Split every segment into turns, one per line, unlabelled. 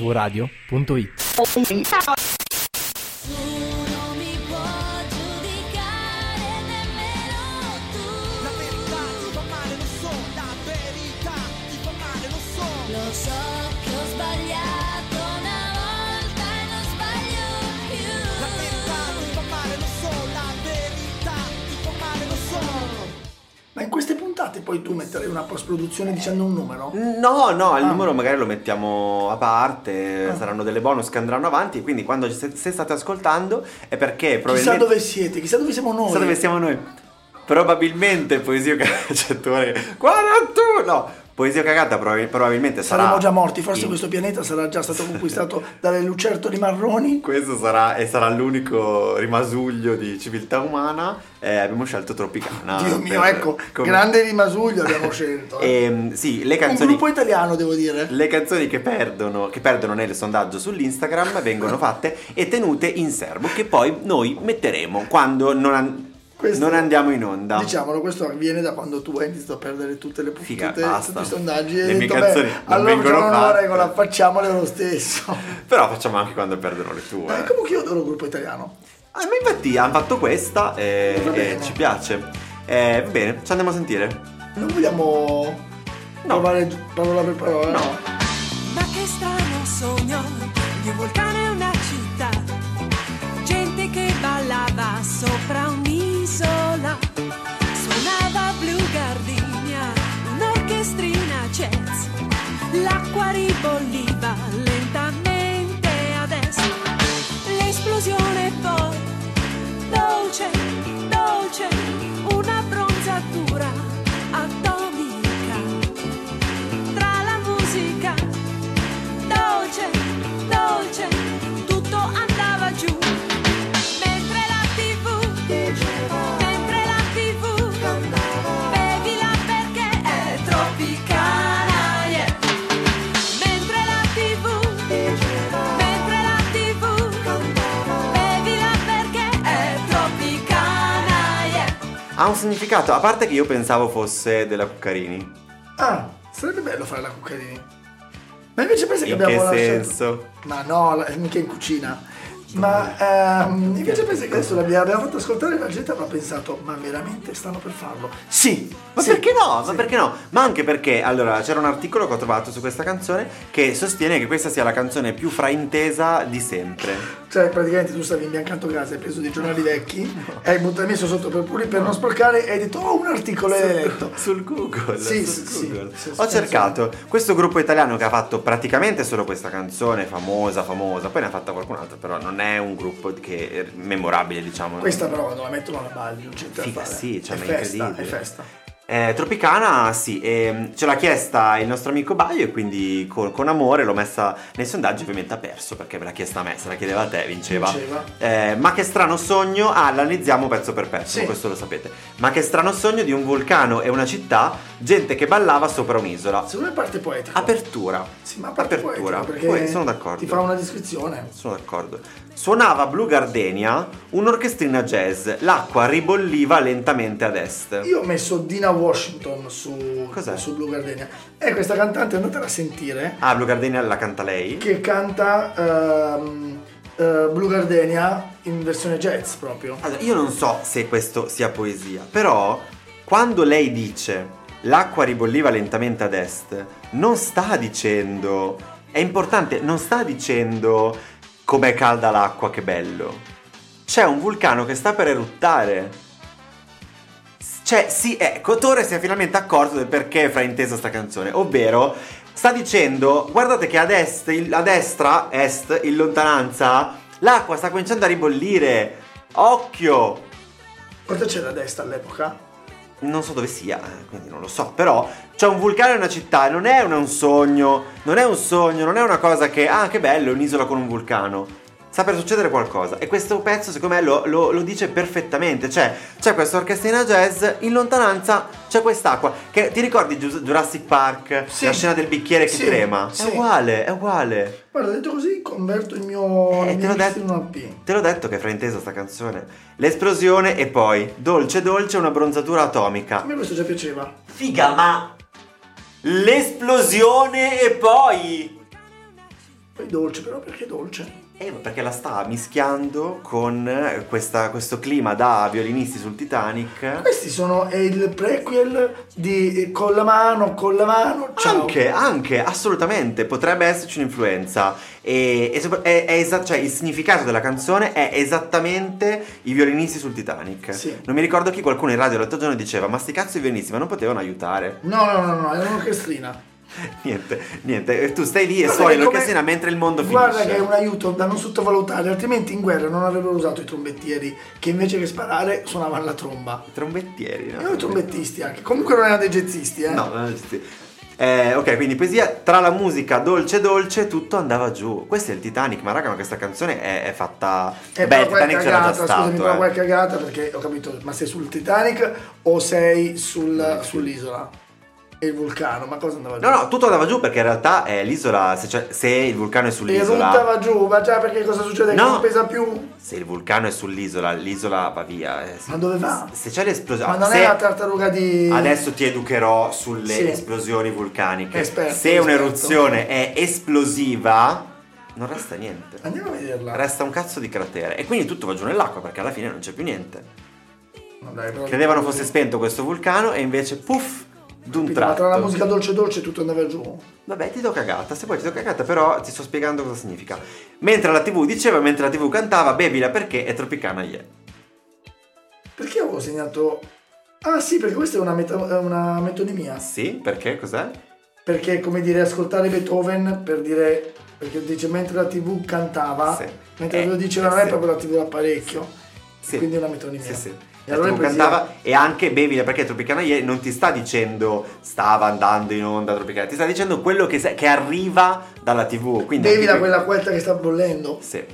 mvradio.it.
Nessuno mi può giudicare, nemmeno tu.
La verità ti fa male, lo so, la verità ti fa male, lo so.
Lo so che ho sbagliato una volta e non sbaglio più.
La verità ti fa male, lo so, la verità ti fa male, lo so.
Ma in queste puntate poi tu metterai una post-produzione dicendo un numero?
No, no, il
Ah.
numero magari lo mettiamo a parte,
Ah.
saranno delle bonus che andranno avanti, quindi quando se, se state ascoltando è perché
Chissà
probabilmente...
dove siete, chissà dove siamo noi.
Chissà dove siamo noi. Probabilmente Poesia Cacciatore... 41! No, Poesia Cagata proba- probabilmente sarà...
Saremo già morti, forse
in-
questo pianeta sarà già stato conquistato dalle lucertole marroni.
Questo sarà, e sarà l'unico rimasuglio di civiltà umana. eh, abbiamo scelto Tropicana.
Dio mio,
Ah, per-
ecco,
come-
grande rimasuglio abbiamo scelto. eh.
Ehm, sì, le
Un
canzoni...
gruppo italiano, devo dire.
Le canzoni che perdono, che perdono nel sondaggio sull'Instagram vengono fatte e tenute in serbo che poi noi metteremo quando non, an-
Questo- diciamo-
non andiamo in onda.
Diciamolo, questo avviene da quando tu hai iniziato a perdere tutte le
Figa,
puntate,
basta.
tutti i sondaggi. e
Le
hai
mie
detto,
canzoni
beh, allora
non vengono
facciamo una nuova
fatte.
regola, facciamole lo stesso.
Però facciamo anche quando perdono le tue.
Dai, comunque io adoro il gruppo italiano.
Ah, ma infatti hanno fatto questa e,
Va bene.
e ci piace. Eh, va bene, ci andiamo a sentire.
Non vogliamo provare parola per parola.
No.
Ma che strano sogno di un vulcano e una città. Gente che ballava sopra un'isola. Suonava Blue Gardenia, un'orchestrina jazz. L'acqua ribolliva lentamente adesso. L'esplosione poi, dolce, dolce, una bronzatura atomica tra la musica dolce, dolce, tutto andava giù. Mentre la tv, mentre la tv, bevila perché è tropicana, yeah. Mentre la tv, mentre la tv, bevila perché è tropicana, yeah.
Ha un significato, a parte che io pensavo fosse della Cuccarini.
Ah, sarebbe bello fare la cuccarini. Ma invece pensa che
In
abbiamo
che
lasciato.
senso?
Ma no, la- eh, mica in cucina. Ma ehm, invece pensa che adesso l'abbia- l'abbiamo fatto ascoltare e la gente avrà pensato, ma veramente stanno per farlo? Sì,
Ma
sì.
perché no? Ma
Sì.
perché no? Ma anche perché, allora, c'era un articolo che ho trovato su questa canzone che sostiene che questa sia la canzone più fraintesa di sempre.
Cioè, praticamente tu stavi imbiancando casa, hai preso dei giornali vecchi, hai buttato messo sotto per, pulire, per non sporcare e hai detto, oh, un articolo hai letto.
Sul Google.
Sì,
sul
sì,
Google.
sì, sì,
ho
sì,
cercato questo gruppo italiano che ha fatto praticamente solo questa canzone famosa, famosa, poi ne ha fatta qualcun'altra, però non è un gruppo che è memorabile, diciamo.
Questa però quando la mettono alla balli, non c'è niente da
Figa,
fare.
sì, cioè,
è
ma è
festa, è
incredibile.
festa.
Eh, Tropicana, sì, ehm, ce l'ha chiesta il nostro amico Baio e quindi con, con amore l'ho messa nel sondaggio, ovviamente ha perso perché me l'ha chiesta a me, se la chiedeva a te vinceva.
Vinceva.
Eh, ma che strano sogno, ah, la analizziamo pezzo per pezzo,
Sì.
questo lo sapete. Ma che strano sogno di un vulcano e una città, gente che ballava sopra un'isola.
Secondo me parte poetica.
Apertura.
Sì, ma a parte
Apertura,
poetica, perché
poi cioè, sono d'accordo.
eh, Ti fa una descrizione.
Sono d'accordo. Suonava Blue Gardenia, un'orchestrina jazz, l'acqua ribolliva lentamente ad est.
Io ho messo Dina Washington su,
Cos'è?
su Blue Gardenia. È questa cantante, andatela a sentire,
Ah, Blue Gardenia la canta lei?
che canta ehm, eh, Blue Gardenia in versione jazz proprio.
Allora, io non so se questo sia poesia, però quando lei dice l'acqua ribolliva lentamente ad est, non sta dicendo, è importante, non sta dicendo com'è calda l'acqua, che bello. C'è un vulcano che sta per eruttare. S- Cioè, sì, ecco, Torre si è finalmente accorto del perché è fraintesa sta canzone, ovvero sta dicendo, guardate che ad est, il- a destra, est, in lontananza, l'acqua sta cominciando a ribollire. Occhio!
Quanto c'era a destra all'epoca?
Non so dove sia, eh, quindi non lo so, però c'è un vulcano in una città, non è una- un sogno, non è un sogno, non è una cosa che, ah che bello, è un'isola con un vulcano. Sta per succedere qualcosa e questo pezzo secondo me lo, lo- lo dice perfettamente, cioè c'è questa orchestrina jazz, in lontananza c'è quest'acqua, che ti ricordi Ju- Jurassic Park,
Sì.
la scena del bicchiere che
Sì,
trema?
sì.
È uguale, è uguale.
Guarda, detto così converto il mio la
Eh, te,
mia
l'ho
lista
detto,
in una P.
te l'ho detto che è fraintesa sta canzone. L'esplosione e poi, dolce dolce, una bronzatura atomica.
A me questo già piaceva.
Figa, ma l'esplosione e poi
Poi dolce, però perché dolce?
Eh, ma perché la sta mischiando con eh, questa- questo clima da violinisti sul Titanic.
Questi sono è il prequel di eh, Con la mano, con la mano, ciao.
Anche, anche, assolutamente, potrebbe esserci un'influenza. E, e sopra- è- è esa- cioè, il significato della canzone è esattamente i violinisti sul Titanic.
Sì.
Non mi ricordo chi qualcuno in radio l'altro giorno diceva, ma sti cazzo i violinisti, ma non potevano aiutare.
No, no, no, no, è un'orchestrina.
niente, niente. E tu stai lì e
Guarda
suoni
che
l'orchestrina
come-
mentre il mondo
Guarda
finisce.
che è un aiuto da non sottovalutare, altrimenti in guerra non avrebbero usato i trombettieri che invece che sparare suonavano la tromba.
Trombettieri, no?
E noi trombettisti anche. Comunque non erano dei jazzisti, eh.
No, non esiste. Eh, ok, quindi poesia tra la musica dolce dolce tutto andava giù. Questo è il Titanic, ma raga, ma questa canzone è, è fatta.
Eh,
Beh,
però
il
qua è
Titanic c'era già
cagata, scusami, però
stato.
qua è
eh.
cagata perché ho capito, ma sei sul Titanic o sei sul- sull'isola? E il vulcano, ma cosa andava giù?
No, no, tutto andava giù perché in realtà è l'isola. Se, c'è- se il vulcano è
E
sull'isola.
ruttava giù, ma già perché cosa succede? Che
No.
non pesa più?
Se il vulcano è sull'isola, l'isola va via. eh, se-
Ma dove va?
Se c'è l'esplosione.
Ma non
Esatto, se-
è la tartaruga di...
Adesso ti educherò sulle
Sì.
esplosioni vulcaniche.
Esperto,
se
esperto.
un'eruzione è esplosiva, non resta niente.
Andiamo a vederla.
Resta un cazzo di cratere. E quindi tutto va giù nell'acqua perché alla fine non c'è più niente.
No, dai, però-
Credevano fosse spento questo vulcano e invece puff d'un
Ma tra la
tratto.
musica dolce dolce tutto andava giù.
Vabbè, ti do cagata, se poi ti do cagata, però ti sto spiegando cosa significa. Mentre la TV diceva, mentre la TV cantava, bevila perché è tropicana yeah.
Perché avevo segnato... Ah sì, perché questa è una, meta- è una metonimia.
Sì, perché cos'è?
Perché è come dire ascoltare Beethoven per dire... Perché dice mentre la tv cantava,
Sì.
mentre
Eh,
lo diceva
eh,
non è
sì.
proprio la tv d'apparecchio.
Sì.
Quindi è una metonimia.
Sì, sì.
E allora
La
è
TV
poesia.
cantava e anche bevila perché Tropicana yeah non ti sta dicendo stava andando in onda Tropicana, ti sta dicendo quello che, se- che arriva dalla TV. Quindi
Devi da
anche-
quella quetta che sta bollendo.
Sì.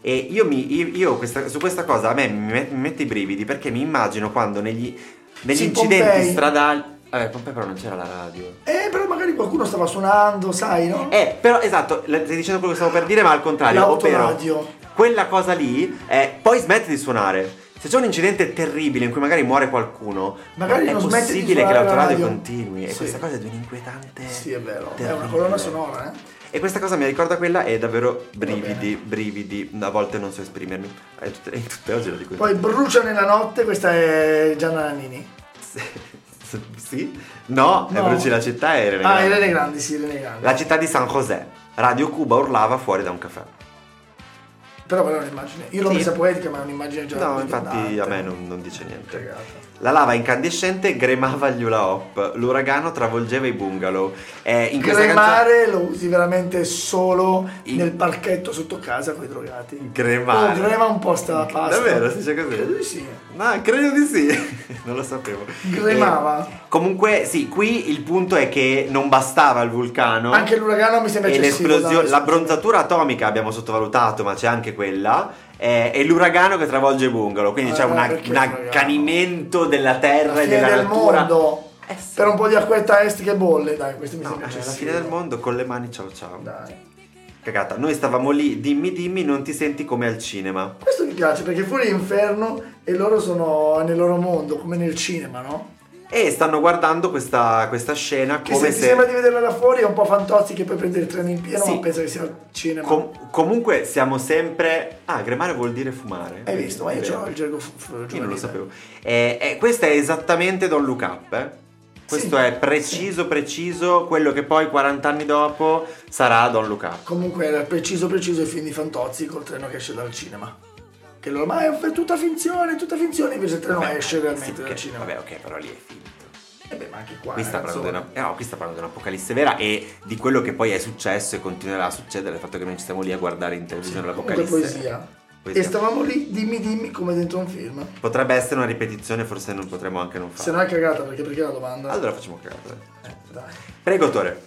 E io, mi, io, io questa- su questa cosa a me mi, met- mi mette i brividi perché mi immagino quando negli, negli
Sì,
incidenti
Pompei.
stradali. Vabbè, Pompei però non c'era la radio.
Eh, però magari qualcuno stava suonando, sai, no?
Eh, però esatto, la- stai dicendo quello che stavo per dire, ma al contrario, ovvero
L'autoradio.
quella cosa lì, eh, poi smetti di suonare. Se c'è un incidente terribile in cui magari muore qualcuno,
Magari
è
non smette di
possibile che
suonare la
l'autoradio
radio.
continui. E
Sì.
questa cosa è di un'inquietante.
Sì, è vero. È
terribile.
una colonna sonora, eh.
E questa cosa mi ricorda quella e davvero brividi,
bene.
brividi, a volte non so esprimermi. Eh, tutte, eh, tutte oggi lo dico.
Poi brucia nella notte, questa è Gianna Nannini.
sì?
No.
No, è Bruci la città e Irene
Ah,
Grandi.
Irene Grandi, sì, Irene Grandi.
La città di San José. Radio Cuba urlava fuori da un caffè.
Però quella è un'immagine. Io l'ho
Sì.
messa poetica, ma è un'immagine già.
no, infatti
dante.
a me non, non dice niente.
Cagata.
La lava incandescente gremava gli hula hop, l'uragano travolgeva i bungalow. Eh, in questa canzone...
Cremare lo usi veramente solo
In-
nel parchetto sotto casa con i drogati.
Gremare.
Oh, grema un po' sta pasta.
Davvero, si dice così?
Credo di sì.
Ma credo di sì, non lo sapevo.
Gremava.
Eh, comunque, sì, qui il punto è che non bastava il vulcano.
Anche l'uragano mi sembra
e
eccessivo.
l'esplosione,
dai.
l'abbronzatura atomica abbiamo sottovalutato, ma c'è anche quella. eh, E l'uragano che travolge il bungalow, quindi
Eh,
c'è una-
perché
un
l'uragano?
accanimento della terra
La
e
fine
della
del
natura.
mondo.
Eh sì.
Per un po' di acquetta est che bolle, dai, questo mi
No,
sembra
eh,
eccessivo.
la fine del mondo con le mani ciao ciao.
Dai.
Cagata, noi stavamo lì, dimmi dimmi, non ti senti come al cinema.
Questo mi piace perché fuori è inferno e loro sono nel loro mondo, come nel cinema, no?
E stanno guardando questa, questa scena
Che
come
se, ti sembra di vederla da fuori è un po' fantozzi che poi prende il treno in pieno,
Sì.
ma pensa che sia al cinema.
Com- comunque siamo sempre. Ah, gremare vuol dire fumare.
Hai visto? Ma io
Vero.
c'ho il gergo fu- fu-
Io non
giovanile.
lo sapevo. Eh, eh, questo è esattamente Don Look Up. eh. Questo
Sì.
è preciso, preciso, quello che poi 40 anni dopo sarà Don Look Up.
Comunque era preciso preciso il film di Fantozzi col treno che esce dal cinema. Che loro, ma è tutta finzione, è tutta finzione, invece il treno
Vabbè,
esce realmente
sì,
dal
perché-
cinema.
Vabbè, ok, però lì è finto.
E beh, ma anche qua.
Qui sta,
eh,
parlando
insomma.
di una- eh no, qui sta parlando di un'apocalisse vera e di quello che poi è successo e continuerà a succedere, il fatto che noi ci stiamo lì a guardare in televisione
Comunque
l'apocalisse.
poesia.
Poesia.
E stavamo lì, dimmi dimmi come dentro un film.
Potrebbe essere una ripetizione, forse non potremmo anche non
Se
farla.
no è cagata perché perché la domanda? Eh,
Allora facciamo cagata. dai.
Dai.
Prego, Tore.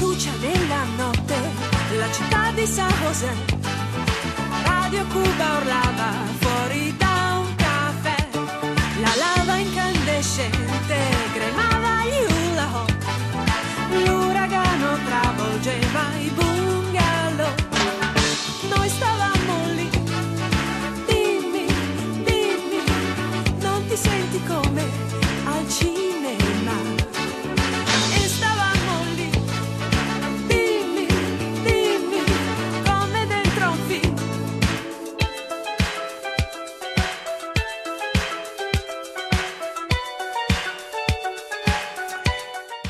Lucia della notte, la città di San José. Radio Cuba urlava fuori da un caffè. La lava incandescente cremava gli hula hoop. L'uragano travolgeva i bungalow. Noi stavamo lì. Dimmi, dimmi, non ti senti come al cinema. E stavamo lì. Dimmi,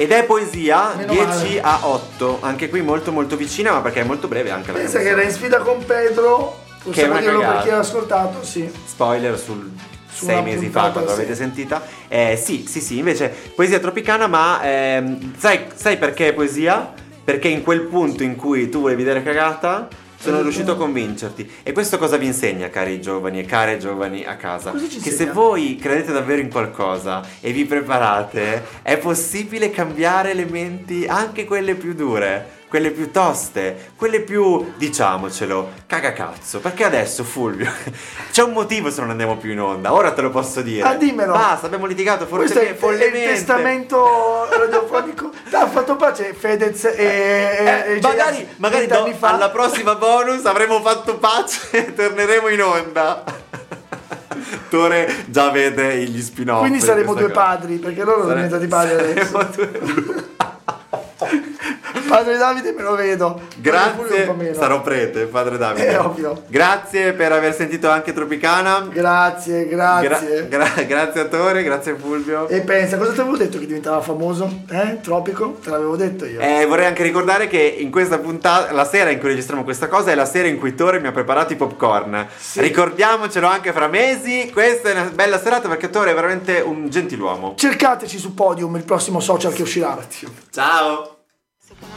Ed è poesia
Meno
10
male.
a 8, anche qui molto molto vicina, ma perché è molto breve anche la
Pensa che
canzone.
era in sfida con Pedro,
Che è
possiamo
una
dirlo per
cagata.
chi l'ha ascoltato, sì.
Spoiler sul
Su
sei
una
mesi fa
puntata,
quando
sì.
l'avete sentita. Eh, sì, sì, sì, invece poesia tropicana, ma ehm, sai, sai perché è poesia? Perché in quel punto in cui tu volevi dare cagata, sono
Eh,
riuscito a
eh.
convincerti. E questo cosa vi insegna, cari giovani e care giovani a casa?
Cosa ci
che se
insegna?
voi credete davvero in qualcosa e vi preparate, è possibile cambiare le menti, anche quelle più dure, quelle più toste, quelle più, diciamocelo, cagacazzo. Perché adesso, Fulvio, c'è un motivo se non andiamo più in onda, ora te lo posso dire.
Ah, dimmelo.
Basta, abbiamo litigato forse
Questo è, il- è il
follemente.
testamento radiofonico. Ha fatto pace Fedez e,
Eh,
e- e
magari
Jay-Z
magari do-
cioè, vent'anni fa.
alla prossima bonus avremo fatto pace e torneremo in onda. Tore già vede gli spin-off.
Quindi
di
saremo
questa
due
cosa.
padri, perché loro sono
Sare-
diventati padri adesso.
saremo due-
Padre Davide me lo vedo. Pure un po'
Grazie,
meno.
sarò prete, padre Davide.
È ovvio.
Grazie per aver sentito anche Tropicana.
Grazie, grazie. Eh,
Gra- gra- grazie a Tore, grazie a Fulvio.
e pensa, cosa ti avevo detto che diventava famoso? Eh? Tropico? Te l'avevo detto io.
Eh, vorrei anche ricordare che in questa puntata, la sera in cui registriamo questa cosa, è la sera in cui Tore mi ha preparato i popcorn. Ricordiamocelo anche fra mesi. Questa è una bella serata perché Tore è veramente un gentiluomo.
Cercateci su Podium, il prossimo social che uscirà.
Ciao!
Secondo